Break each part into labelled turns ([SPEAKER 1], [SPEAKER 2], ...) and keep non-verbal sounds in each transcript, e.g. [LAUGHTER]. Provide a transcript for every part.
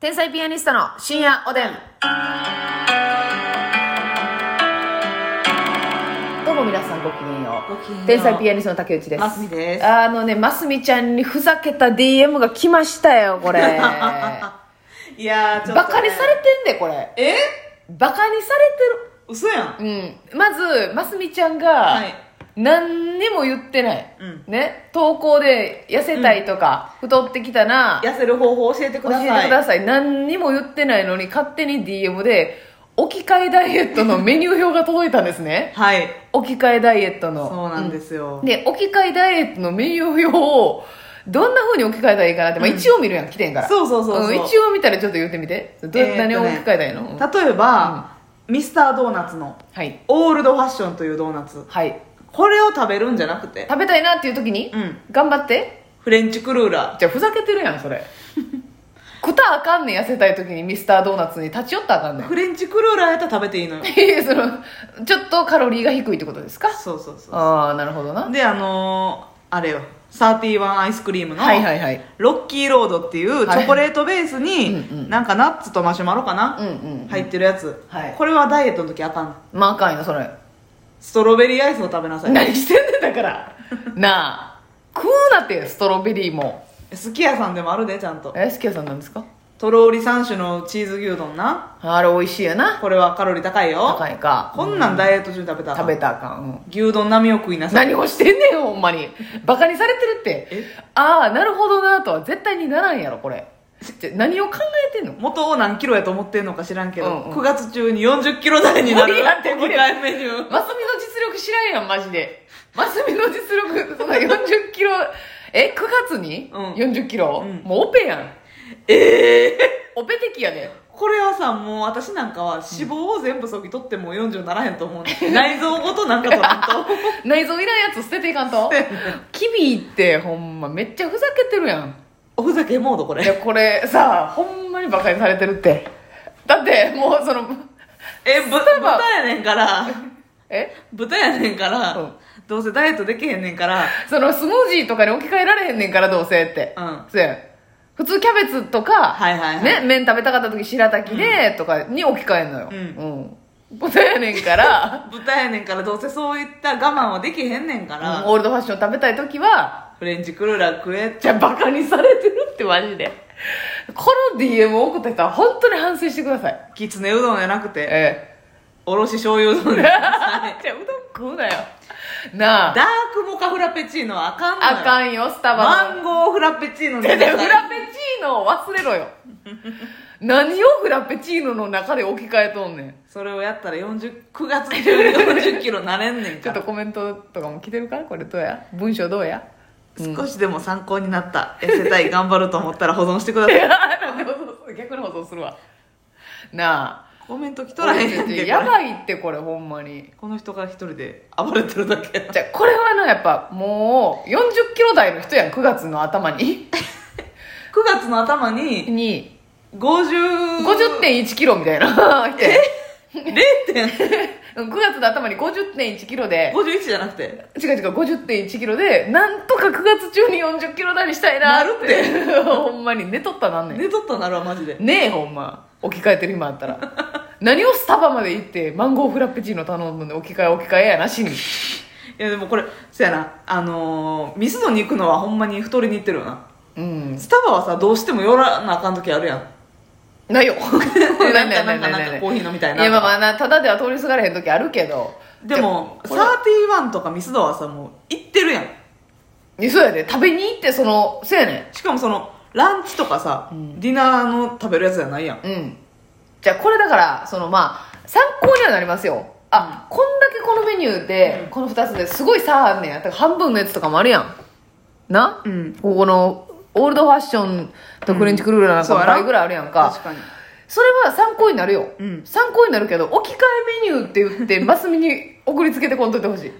[SPEAKER 1] 天才ピアニストの深夜おでん。どうも皆さんごきげんよ
[SPEAKER 2] ごきげんよ
[SPEAKER 1] う。
[SPEAKER 2] う
[SPEAKER 1] 天才ピアニストの竹内です。
[SPEAKER 2] ますみです
[SPEAKER 1] あのね、ますみちゃんにふざけた DM が来ましたよ、
[SPEAKER 2] [LAUGHS]
[SPEAKER 1] これ。
[SPEAKER 2] いやーちょっと、ね、
[SPEAKER 1] バカにされてんで、これ。
[SPEAKER 2] え
[SPEAKER 1] バカにさ
[SPEAKER 2] 嘘やん
[SPEAKER 1] れてる。うん。まず、ますみちゃんが、
[SPEAKER 2] はい
[SPEAKER 1] 何にも言ってない。
[SPEAKER 2] うん
[SPEAKER 1] ね。投稿で痩せたいとか、太ってきたな、
[SPEAKER 2] 痩せる方法教えてく
[SPEAKER 1] 教え
[SPEAKER 2] だ
[SPEAKER 1] て
[SPEAKER 2] さ
[SPEAKER 1] く
[SPEAKER 2] い
[SPEAKER 1] ださい何にも言ってないのに勝手に DM で置き換えダイエットのメニュー表が届いたんですね
[SPEAKER 2] はい
[SPEAKER 1] 置き換えダイエットの、
[SPEAKER 2] そうなんですすよ、
[SPEAKER 1] うんで置き換えダイエットのメニュー表をどんな風に置き換えたらいいかなって、まあ、
[SPEAKER 2] うん
[SPEAKER 1] 一応見るやん来てんから
[SPEAKER 2] そうそうそうそうん
[SPEAKER 1] 一応見たらちょっと言ってみてどうやっ
[SPEAKER 2] え
[SPEAKER 1] て
[SPEAKER 2] ーっとね
[SPEAKER 1] 何を置き換えたらいいの、うん
[SPEAKER 2] 例えば、ミスタードーナツの
[SPEAKER 1] はい
[SPEAKER 2] オールドファッションというドーナツ
[SPEAKER 1] はい
[SPEAKER 2] これを食べるんじゃなくて
[SPEAKER 1] 食べたいなっていう時に、
[SPEAKER 2] うん
[SPEAKER 1] 頑張って
[SPEAKER 2] フレンチクルーラ
[SPEAKER 1] じゃあふざけてるやんそ
[SPEAKER 2] [LAUGHS]
[SPEAKER 1] れ食たらあかんねん痩せたい時にミスタードーナツに立ち寄ったらあかんね
[SPEAKER 2] ー
[SPEAKER 1] ん
[SPEAKER 2] フレンチクルーラーやったら食べていいのよ
[SPEAKER 1] い [LAUGHS] やそのちょっとカロリーが低いってことですか
[SPEAKER 2] そうそうそ
[SPEAKER 1] ああなるほどな
[SPEAKER 2] うであのー、あれよサーティワンアイスクリームの、
[SPEAKER 1] はいはいはい
[SPEAKER 2] ロッキーロードっていうチョコレートベースに、
[SPEAKER 1] はいうんうん
[SPEAKER 2] なんかナッツとマシュマロかな、
[SPEAKER 1] うんうん
[SPEAKER 2] 入ってるやつ、
[SPEAKER 1] はい
[SPEAKER 2] これはダイエットの時あかん
[SPEAKER 1] まああかんよそれ
[SPEAKER 2] ストロベリーアイスを食べなさい
[SPEAKER 1] 何してんねんだから [LAUGHS] なあ食うなってストロベリーも
[SPEAKER 2] すき家さんでもあるでちゃんと
[SPEAKER 1] え好き屋さんなんですか
[SPEAKER 2] とろり3種のチーズ牛丼な
[SPEAKER 1] あれ美味しいよな
[SPEAKER 2] これはカロリー高いよ
[SPEAKER 1] 高いか
[SPEAKER 2] こんなんダイエット中に食べたら
[SPEAKER 1] 食べたらあかん、うん
[SPEAKER 2] 牛丼並みを食いなさい
[SPEAKER 1] 何をしてんねんほんまにバカにされてるって
[SPEAKER 2] え
[SPEAKER 1] ああなるほどなとは絶対にならんやろこれちょ何を考えてんの
[SPEAKER 2] 元を何キロやと思ってんのか知らんけど、
[SPEAKER 1] うんうん
[SPEAKER 2] 9月中に40キロ台になる
[SPEAKER 1] 無理やって無理や
[SPEAKER 2] 置き換えメニュー
[SPEAKER 1] マスミの実力知らんやん、マジで。マスミの実力、そんな40キロ、え、9月に、
[SPEAKER 2] うん
[SPEAKER 1] ?40 キロ、
[SPEAKER 2] うん
[SPEAKER 1] もうオペやん。
[SPEAKER 2] ええ
[SPEAKER 1] オペ的やね。
[SPEAKER 2] これはさもう私なんかは脂肪を全部そぎ取っても40にならへんと思うね、
[SPEAKER 1] [LAUGHS]
[SPEAKER 2] 内臓ごとなんか取らんと
[SPEAKER 1] 内臓いらんやつ捨てていかん
[SPEAKER 2] [LAUGHS]
[SPEAKER 1] と
[SPEAKER 2] 捨てん。
[SPEAKER 1] キビってほんまめっちゃふざけてるやん。
[SPEAKER 2] おふざけモード
[SPEAKER 1] [LAUGHS]
[SPEAKER 2] こ
[SPEAKER 1] い
[SPEAKER 2] れ
[SPEAKER 1] や、これさ、ほんまに馬鹿にされてるって。だって、もうその、
[SPEAKER 2] えぶ
[SPEAKER 1] スタバ
[SPEAKER 2] 豚やねんから
[SPEAKER 1] え
[SPEAKER 2] 豚やねんから、
[SPEAKER 1] うん
[SPEAKER 2] どうせダイエットできへんねんから
[SPEAKER 1] そのスムージーとかに置き換えられへんねんから、どうせって。
[SPEAKER 2] うん
[SPEAKER 1] そうやん普通キャベツとか、
[SPEAKER 2] はいはいはい
[SPEAKER 1] ね、麺食べたかった時白滝で、とかに置き換えんのよ。
[SPEAKER 2] うん
[SPEAKER 1] うん。豚やねん
[SPEAKER 2] [LAUGHS]
[SPEAKER 1] から、
[SPEAKER 2] 豚やねんからどうせそういった我慢はできへんねんか
[SPEAKER 1] うん
[SPEAKER 2] ら、
[SPEAKER 1] オールドファッション食べたい時は、
[SPEAKER 2] フレンチクルーラー食えって
[SPEAKER 1] じゃあバカにされてるってマジで。この DM を送った人は本当に反省してください。
[SPEAKER 2] きつねうどんじゃなくて
[SPEAKER 1] え
[SPEAKER 2] おろし醤油うどん
[SPEAKER 1] え。
[SPEAKER 2] で
[SPEAKER 1] [LAUGHS] じゃあうどん食うなよ。な
[SPEAKER 2] ダ
[SPEAKER 1] あ。
[SPEAKER 2] ークモカフラペチーノはあかんのよ
[SPEAKER 1] あかんよ、スタバの
[SPEAKER 2] マンゴーフラペチーノに
[SPEAKER 1] ででフラペチーノを忘れろよ何をフラペチーノの中で置き換えとんねん
[SPEAKER 2] それをやったら40 9月中に40キロなれんねん
[SPEAKER 1] ちょ
[SPEAKER 2] か
[SPEAKER 1] っと
[SPEAKER 2] ら
[SPEAKER 1] コメントとかも来てるからこれどうや文章どうや
[SPEAKER 2] 少しでも参考になった痩せたい頑張ると思ったら保存してくださ
[SPEAKER 1] い [LAUGHS]
[SPEAKER 2] い
[SPEAKER 1] やなんで保存する [LAUGHS] 逆に保存するわなあ
[SPEAKER 2] コメント来とらへんねん
[SPEAKER 1] 俺
[SPEAKER 2] け
[SPEAKER 1] た
[SPEAKER 2] ど
[SPEAKER 1] ちやばいってこれほんまに
[SPEAKER 2] この人が一人で暴れてるだけ
[SPEAKER 1] じゃあこれはなやっぱもう40キロ台の人やん9月の頭に
[SPEAKER 2] 9月の頭に
[SPEAKER 1] に
[SPEAKER 2] 50
[SPEAKER 1] 50.1キロみたいな [LAUGHS] 人やん
[SPEAKER 2] 0.51
[SPEAKER 1] 9月の頭に50.1キロで
[SPEAKER 2] じゃなくて
[SPEAKER 1] 違う違う50.1キロでなんとか9月中に40キロ台にしたいなって [LAUGHS] ほんまに寝とったらなんねん
[SPEAKER 2] 寝とったなるわマジで
[SPEAKER 1] ねえほんま置き換えてる暇あったら何をスタバまで行ってマンゴーフラペチーノ頼むんで置き換え置き換えやなしに
[SPEAKER 2] いやでもこれそやなあのー、ミスドに行くのはほんまに太りに行ってるよな
[SPEAKER 1] うん
[SPEAKER 2] スタバはさどうしても寄らなあかん時あるやん
[SPEAKER 1] ないよ
[SPEAKER 2] [LAUGHS] なんかなんかなんかコーヒー飲みたいない
[SPEAKER 1] やまあまあなただでは通りすがれへん時あるけど
[SPEAKER 2] でも
[SPEAKER 1] じゃあこ
[SPEAKER 2] 31とかミスドはさもう行ってるやん
[SPEAKER 1] れいやそうやで食べに行ってそのそうやね
[SPEAKER 2] しかもそのランチとかさ、
[SPEAKER 1] うん
[SPEAKER 2] ディナーの食べるやつじゃないやん
[SPEAKER 1] んうんじゃあこれだからそのまあ参考にはなりますよあ、こんだけこのメニューで、
[SPEAKER 2] うん
[SPEAKER 1] この2つですごい差あんねんだから半分のやつとかもあるやんな、
[SPEAKER 2] うん
[SPEAKER 1] ここのオールドファッションとフレンチクルーラーなん
[SPEAKER 2] そう
[SPEAKER 1] か
[SPEAKER 2] やな
[SPEAKER 1] 倍ぐらいあるやんか、
[SPEAKER 2] 確かに
[SPEAKER 1] それは参考になるよ、
[SPEAKER 2] うん
[SPEAKER 1] 参考になるけど置き換えメニューって言ってマスミに送りつけてこんといてほしい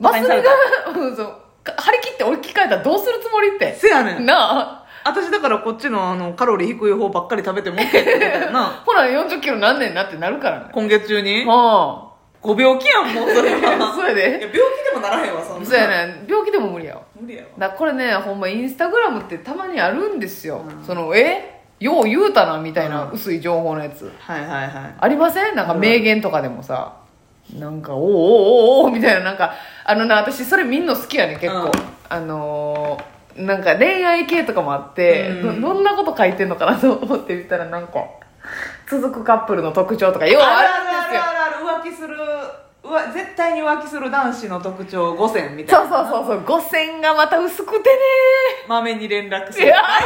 [SPEAKER 1] マスミが
[SPEAKER 2] 馬鹿に
[SPEAKER 1] うんそうか張り切って置き換えたらどうするつもりって
[SPEAKER 2] せやねん
[SPEAKER 1] なあ
[SPEAKER 2] 私だからこっちのあのカロリー低い方ばっかり食べても OK ってことやな
[SPEAKER 1] [LAUGHS] ほら4 0キロなんねんなってなるからね
[SPEAKER 2] 今月中に
[SPEAKER 1] あ
[SPEAKER 2] ご病気やんもうそれ
[SPEAKER 1] [LAUGHS]
[SPEAKER 2] は
[SPEAKER 1] そうや
[SPEAKER 2] いや
[SPEAKER 1] で
[SPEAKER 2] 病気でもならへんわそんな
[SPEAKER 1] そうやねん病気でも無理やわ
[SPEAKER 2] 無理やわ
[SPEAKER 1] だからこれねほんまインスタグラムってたまにあるんですよ、
[SPEAKER 2] うん
[SPEAKER 1] そのえよう言うたなみたいな
[SPEAKER 2] うん
[SPEAKER 1] 薄い情報のやつ
[SPEAKER 2] はいはいはい
[SPEAKER 1] ありませんなんか
[SPEAKER 2] うん
[SPEAKER 1] 名言とかでもさなんかおーおーおーおーみたいななんかあのな私それみんな好きやね結構、
[SPEAKER 2] うん
[SPEAKER 1] あのーなんか恋愛系とかもあって、
[SPEAKER 2] うん
[SPEAKER 1] どどんなこと書いてんのかなと思ってみたらなんか続くカップルの特徴とかよう
[SPEAKER 2] あ
[SPEAKER 1] あ
[SPEAKER 2] る
[SPEAKER 1] るんで
[SPEAKER 2] あ
[SPEAKER 1] す
[SPEAKER 2] る
[SPEAKER 1] よ
[SPEAKER 2] あるある浮気するうわ絶対に浮気する男子の特徴5選みたい
[SPEAKER 1] そう
[SPEAKER 2] な
[SPEAKER 1] そう
[SPEAKER 2] う
[SPEAKER 1] そうそう五線がまた薄くてね
[SPEAKER 2] まめに連絡す
[SPEAKER 1] い
[SPEAKER 2] る大体
[SPEAKER 1] や
[SPEAKER 2] わか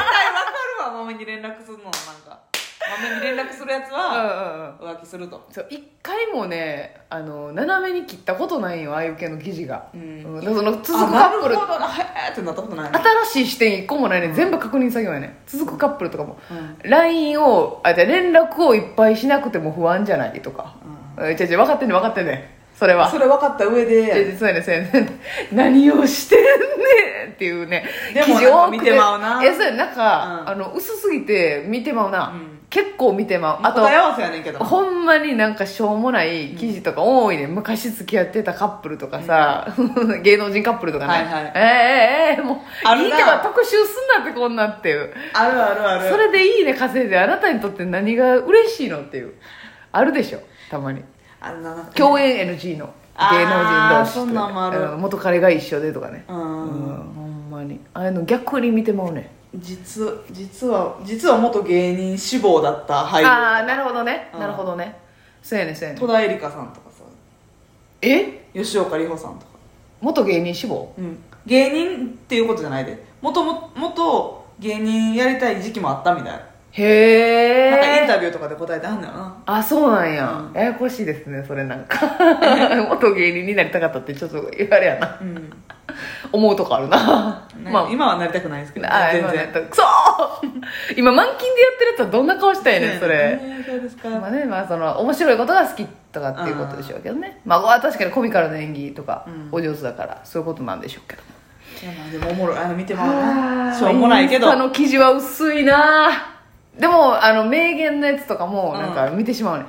[SPEAKER 2] るわまめに連絡するのなんかまめに連絡するやつ
[SPEAKER 1] うん
[SPEAKER 2] は
[SPEAKER 1] うんうん
[SPEAKER 2] 浮気すると
[SPEAKER 1] そう一回もねあの斜めに切ったことないよああいう系の記事が、
[SPEAKER 2] うん
[SPEAKER 1] うんだからその続く
[SPEAKER 2] あ
[SPEAKER 1] カ
[SPEAKER 2] な
[SPEAKER 1] ッ
[SPEAKER 2] る
[SPEAKER 1] プ
[SPEAKER 2] ほ
[SPEAKER 1] ル
[SPEAKER 2] どなへえってなったことないな
[SPEAKER 1] 新しい視点一個もないね全部確認作業やね続くカップルとかも
[SPEAKER 2] うん
[SPEAKER 1] LINE をあじゃあ連絡をいっぱいしなくても不安じゃないとかえじゃあじゃあ分かってんね分かってんねそれは
[SPEAKER 2] それ分かった上で
[SPEAKER 1] じゃあそうやねそうやね [LAUGHS] 何をしてんねんっていうね
[SPEAKER 2] でもなんか見てまうな
[SPEAKER 1] えそうやねなんか、
[SPEAKER 2] うん
[SPEAKER 1] あの薄すぎて見てまうな、
[SPEAKER 2] うん
[SPEAKER 1] 結構見てまうあと
[SPEAKER 2] 答え合わせやねんけど
[SPEAKER 1] ほんまになんかしょうもない記事とか多いね、昔付き合ってたカップルとかさ、 [LAUGHS] 芸能人カップルとかね、
[SPEAKER 2] はいはい
[SPEAKER 1] ええええもう
[SPEAKER 2] あるない
[SPEAKER 1] いけば特集すんなってこんなっていう
[SPEAKER 2] あるあるある
[SPEAKER 1] それでいいね稼いであなたにとって何が嬉しいのっていうあるでしょたまに
[SPEAKER 2] あのなんか
[SPEAKER 1] 共演 NG の芸能人同士
[SPEAKER 2] あーそんなんもある
[SPEAKER 1] うん元彼が一緒でとかね
[SPEAKER 2] う
[SPEAKER 1] うんほんまにああいうの逆に見てまうね
[SPEAKER 2] 実実は実は元芸人志望だった俳優
[SPEAKER 1] ああなるほどね
[SPEAKER 2] うん
[SPEAKER 1] なるほどねそうやねそうやね
[SPEAKER 2] 戸田恵梨香さんとかさ
[SPEAKER 1] え
[SPEAKER 2] 吉岡里帆さんとか、
[SPEAKER 1] 元芸人志望
[SPEAKER 2] うん、芸人っていうことじゃないで元も元芸人やりたい時期もあったみたいな,、
[SPEAKER 1] へ
[SPEAKER 2] なんかイン
[SPEAKER 1] え
[SPEAKER 2] タビューとかで答えてあんのよな
[SPEAKER 1] あそうなんや
[SPEAKER 2] う
[SPEAKER 1] ややこしいですねそれなんか [LAUGHS] 元芸人になりたかったってちょっと言われやな
[SPEAKER 2] うん、
[SPEAKER 1] 思うとこある [LAUGHS] な
[SPEAKER 2] ま
[SPEAKER 1] ま
[SPEAKER 2] あ、
[SPEAKER 1] あ
[SPEAKER 2] 今はなりたくないですけど、
[SPEAKER 1] あ
[SPEAKER 2] 全
[SPEAKER 1] 今
[SPEAKER 2] 然
[SPEAKER 1] ねくそー [LAUGHS] 今満勤でやってるやつはどんな顔したいねんそれ
[SPEAKER 2] ねそうですか、
[SPEAKER 1] まあねまあその面白いことが好きとかっていうことでしょうけどねまあまあ確かにコミカルな演技とか
[SPEAKER 2] うん
[SPEAKER 1] お上手だからそういうことなんでしょうけど
[SPEAKER 2] いやまあでもおもろいあの見ても
[SPEAKER 1] あ
[SPEAKER 2] らう
[SPEAKER 1] ー
[SPEAKER 2] しょうもないけど
[SPEAKER 1] インスタの記事は薄いなでもあの名言のやつとかも
[SPEAKER 2] うん
[SPEAKER 1] なんか見てしまうね、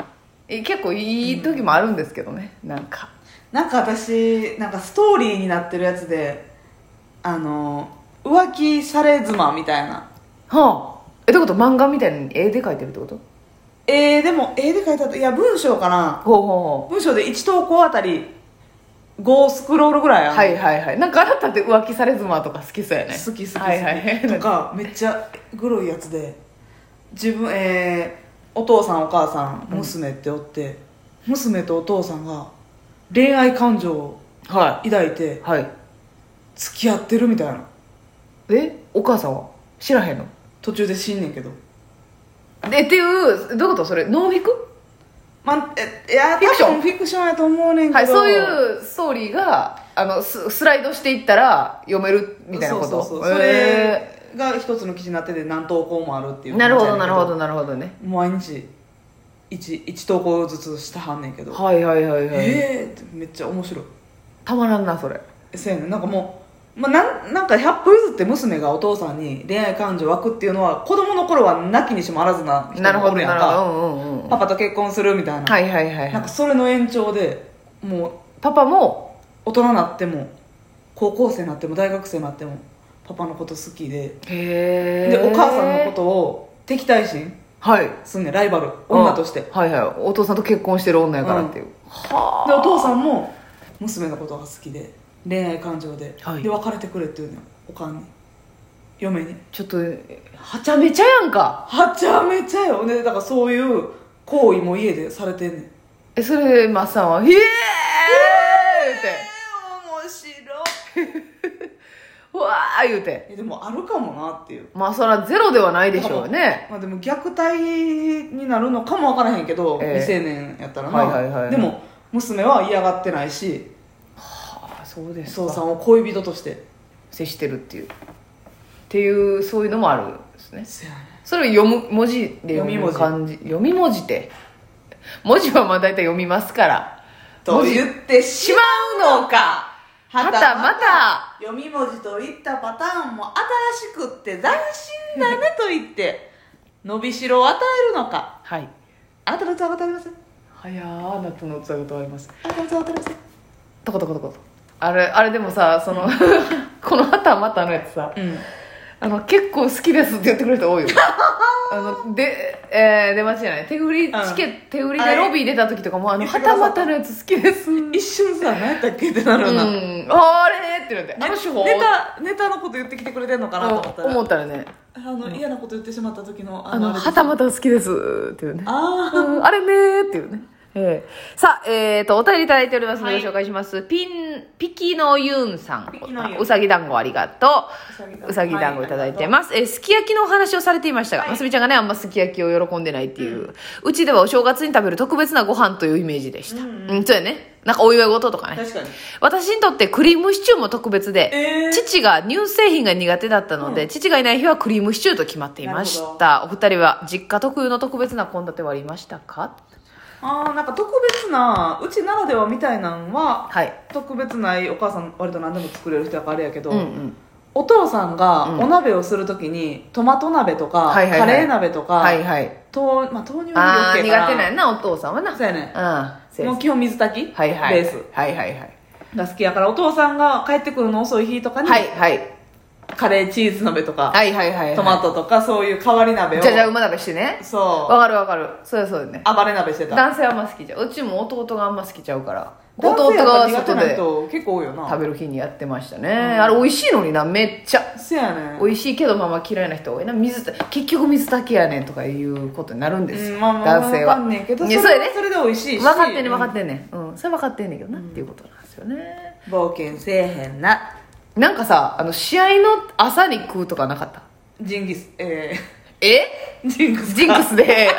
[SPEAKER 1] え結構いい時もあるんですけどね、なんか
[SPEAKER 2] なんか私なんかストーリーになってるやつであの浮気され妻みたいな
[SPEAKER 1] はあえってこと漫画みたいに絵で描いてるってこと
[SPEAKER 2] えー、でも絵で書いてあったいや文章かな
[SPEAKER 1] ほうほ
[SPEAKER 2] 文章で1投稿あたり5スクロールぐらい
[SPEAKER 1] う
[SPEAKER 2] ある
[SPEAKER 1] ほうはいはいはいなんかあなたって浮気され妻とか好きそうやね
[SPEAKER 2] 好き好き好き、
[SPEAKER 1] はいはい
[SPEAKER 2] とかめっちゃグロいやつで自分えー、お父さんお母さん娘っておって、娘とお父さんが恋愛感情を
[SPEAKER 1] は
[SPEAKER 2] 抱いて
[SPEAKER 1] いはい
[SPEAKER 2] 付き合ってるみたいな
[SPEAKER 1] えお母さんは知らへんの
[SPEAKER 2] 途中で死んねんけど
[SPEAKER 1] えっていうどういうことそれノンフィク
[SPEAKER 2] まあ、えいや
[SPEAKER 1] フィクション
[SPEAKER 2] 多分フィクションやと思うねんけど、
[SPEAKER 1] はいそういうストーリーがあのススライドしていったら読めるみたいなこと
[SPEAKER 2] そうそうそうそ
[SPEAKER 1] へ
[SPEAKER 2] れが一つの記事になってて何投稿もあるってい
[SPEAKER 1] ー
[SPEAKER 2] う
[SPEAKER 1] なるほどなるほ
[SPEAKER 2] ど
[SPEAKER 1] どなるほどね
[SPEAKER 2] 毎日 1, 一投稿ずつしてはんねんけど
[SPEAKER 1] はいはいはいはい、
[SPEAKER 2] ええーってめっちゃ面白い
[SPEAKER 1] たまらんなそれ
[SPEAKER 2] そうやねんなんかもう、まあ、なんなんか百歩譲って娘がお父さんに恋愛感情湧くっていうのは子供の頃はなきにしもあらずな人
[SPEAKER 1] なるほ
[SPEAKER 2] も
[SPEAKER 1] ど
[SPEAKER 2] おるや
[SPEAKER 1] なんるほ
[SPEAKER 2] か
[SPEAKER 1] どうんうんうん
[SPEAKER 2] パパと結婚するみたいな、
[SPEAKER 1] はいはいはい
[SPEAKER 2] なん
[SPEAKER 1] はい
[SPEAKER 2] かそれの延長でもう
[SPEAKER 1] パパも
[SPEAKER 2] 大人になっても高校生になっても大学生になってもパパのこと好きで
[SPEAKER 1] へえ
[SPEAKER 2] でお母さんのことを敵対心
[SPEAKER 1] はい
[SPEAKER 2] すんねんライバル女として
[SPEAKER 1] うんはいはいお父さんと結婚してる女やからっていう、は
[SPEAKER 2] でお父さんも娘のことが好きで恋愛感情で、
[SPEAKER 1] はい
[SPEAKER 2] で別れてくれって言うのよおかんに嫁に
[SPEAKER 1] ちょっとはちゃめちゃやんか
[SPEAKER 2] はちゃめちゃよねだからそういう行為も家でされてんねん
[SPEAKER 1] えそれでマッサンは「イエーイ!」って
[SPEAKER 2] 面白い
[SPEAKER 1] 「うわー!」言うて
[SPEAKER 2] えでもあるかもなっていう
[SPEAKER 1] まあそらゼロではないでしょうね
[SPEAKER 2] まあ、でも虐待になるのかもわからへんけど、
[SPEAKER 1] ええ
[SPEAKER 2] 未成年やったらな、
[SPEAKER 1] はいはいはい
[SPEAKER 2] でも娘は嫌がってないし
[SPEAKER 1] はあそうです
[SPEAKER 2] 父さ
[SPEAKER 1] か
[SPEAKER 2] んを恋人として
[SPEAKER 1] 接してるっていうっていうそういうのもあるんですね
[SPEAKER 2] せやね
[SPEAKER 1] それを読む文字で読む
[SPEAKER 2] 読
[SPEAKER 1] 感じ読み文字って文字はまあ大体読みますから
[SPEAKER 2] と言ってし
[SPEAKER 1] し
[SPEAKER 2] ま
[SPEAKER 1] まうのか
[SPEAKER 2] う
[SPEAKER 1] はたまた
[SPEAKER 2] 読み文字といったパターンも新しくって斬新だねと言って伸びしろを与えるのか
[SPEAKER 1] はい
[SPEAKER 2] あなたの器が食べません
[SPEAKER 1] はやー夏の器がとあります
[SPEAKER 2] あなたの器が食べません
[SPEAKER 1] とことことことあれあれでもさその [LAUGHS] この「はたまた」のやつさ
[SPEAKER 2] うん
[SPEAKER 1] [LAUGHS] あの結構好きですって言ってくれる人多いよあので、えー、出待ちじゃない手売りチケット、手売り
[SPEAKER 2] あ
[SPEAKER 1] で
[SPEAKER 2] れ
[SPEAKER 1] ロビー出た時とかもあの
[SPEAKER 2] 言って
[SPEAKER 1] は
[SPEAKER 2] くださ
[SPEAKER 1] た
[SPEAKER 2] った
[SPEAKER 1] またのやつ好きですうん
[SPEAKER 2] 一瞬さ何やったっけってなるよ
[SPEAKER 1] [LAUGHS]
[SPEAKER 2] な、
[SPEAKER 1] あれってなってあの手法
[SPEAKER 2] ネタネタのこと言ってきてくれてんのかなと思った
[SPEAKER 1] うん思
[SPEAKER 2] ら
[SPEAKER 1] ったらね
[SPEAKER 2] あの嫌なこと言ってしまった時の
[SPEAKER 1] あの
[SPEAKER 2] あれ
[SPEAKER 1] はたまた好きですっていうね
[SPEAKER 2] あー
[SPEAKER 1] うんあれねーっていうね。ええさあ、えーと、お便りいただいておりますので、
[SPEAKER 2] はい
[SPEAKER 1] ご紹介します。ピン、ピキノユンさん
[SPEAKER 2] ピキノユン。
[SPEAKER 1] うさぎ団子ありがと
[SPEAKER 2] さぎ団
[SPEAKER 1] う。
[SPEAKER 2] 子
[SPEAKER 1] うさぎ団子いただいてます。えーすき焼きのお話をされていましたが、
[SPEAKER 2] はい
[SPEAKER 1] ますみちゃんがね、あんますき焼きを喜んでないっていう、うちではお正月に食べる特別なご飯というイメージでした。う
[SPEAKER 2] うんん、
[SPEAKER 1] そうやね。なんかお祝い事とかね。
[SPEAKER 2] 確かに
[SPEAKER 1] 私にとってクリームシチューも特別で、
[SPEAKER 2] えー
[SPEAKER 1] 父が乳製品が苦手だったので、父がいない日はクリームシチューと決まっていましたお二人は実家特有の特別な献立はありましたか
[SPEAKER 2] あーなんか特別なうちならではみたいなんは
[SPEAKER 1] はい
[SPEAKER 2] 特別ないお母さん割と何でも作れる人やからあれやけど、
[SPEAKER 1] うんうん
[SPEAKER 2] お父さんが
[SPEAKER 1] うん
[SPEAKER 2] お鍋をするときにトマト鍋とか、
[SPEAKER 1] はいはいはい
[SPEAKER 2] カレー鍋とか、
[SPEAKER 1] はいはい
[SPEAKER 2] とまあ、豆乳
[SPEAKER 1] ああ
[SPEAKER 2] 余計か
[SPEAKER 1] 苦手なんやなお父さんはな
[SPEAKER 2] そうやね
[SPEAKER 1] ああ
[SPEAKER 2] もう基本水炊き、
[SPEAKER 1] はいはい
[SPEAKER 2] ベース
[SPEAKER 1] はいはいはい
[SPEAKER 2] が好きやからお父さんが帰ってくるの遅い日とかに、
[SPEAKER 1] はいはい
[SPEAKER 2] カレーチーズ鍋とか、
[SPEAKER 1] はいはいはいはい
[SPEAKER 2] トマトとかそういう代わり鍋を
[SPEAKER 1] じゃじゃ馬鍋してね
[SPEAKER 2] そ
[SPEAKER 1] わかるわかるそうやそうやね
[SPEAKER 2] う暴れ鍋してた
[SPEAKER 1] 男性はあんま好きじゃううちも弟があんま好きちゃうから
[SPEAKER 2] 男
[SPEAKER 1] 弟
[SPEAKER 2] 性やっぱ
[SPEAKER 1] が
[SPEAKER 2] 苦手
[SPEAKER 1] 外
[SPEAKER 2] な
[SPEAKER 1] で
[SPEAKER 2] 人結構多いよな
[SPEAKER 1] 食べる日にやってましたねあれ美味しいのになめっちゃ
[SPEAKER 2] そうやね
[SPEAKER 1] 美味しいけどまあまあ嫌いな人多いな水た結局水炊きやねんとかいうことになるんですよ、
[SPEAKER 2] うんまあまあ
[SPEAKER 1] 男性は
[SPEAKER 2] わかんねんけど
[SPEAKER 1] いや
[SPEAKER 2] そ
[SPEAKER 1] それ
[SPEAKER 2] れ
[SPEAKER 1] ね
[SPEAKER 2] はそれで美味しい
[SPEAKER 1] 分
[SPEAKER 2] し
[SPEAKER 1] かってんねん分かってんねん、うん、それ分かってんねんけどな、っていうことなんですよね
[SPEAKER 2] 冒険せえへんな
[SPEAKER 1] なんかさあの試合の朝に食うとかなかった
[SPEAKER 2] ジンギスえ
[SPEAKER 1] え
[SPEAKER 2] ー、 [LAUGHS] ジンギス
[SPEAKER 1] ジンクスで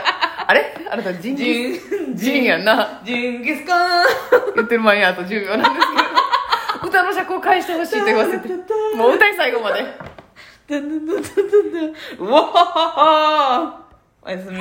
[SPEAKER 1] あれあなたジンギ
[SPEAKER 2] ジン
[SPEAKER 1] スジンやんな
[SPEAKER 2] ジンギスカン [LAUGHS]
[SPEAKER 1] 言ってる間にあと10秒なんですけど歌の尺を返してほしいと言わ
[SPEAKER 2] [LAUGHS]
[SPEAKER 1] せてもう歌い最後まで
[SPEAKER 2] うわはははおやすみ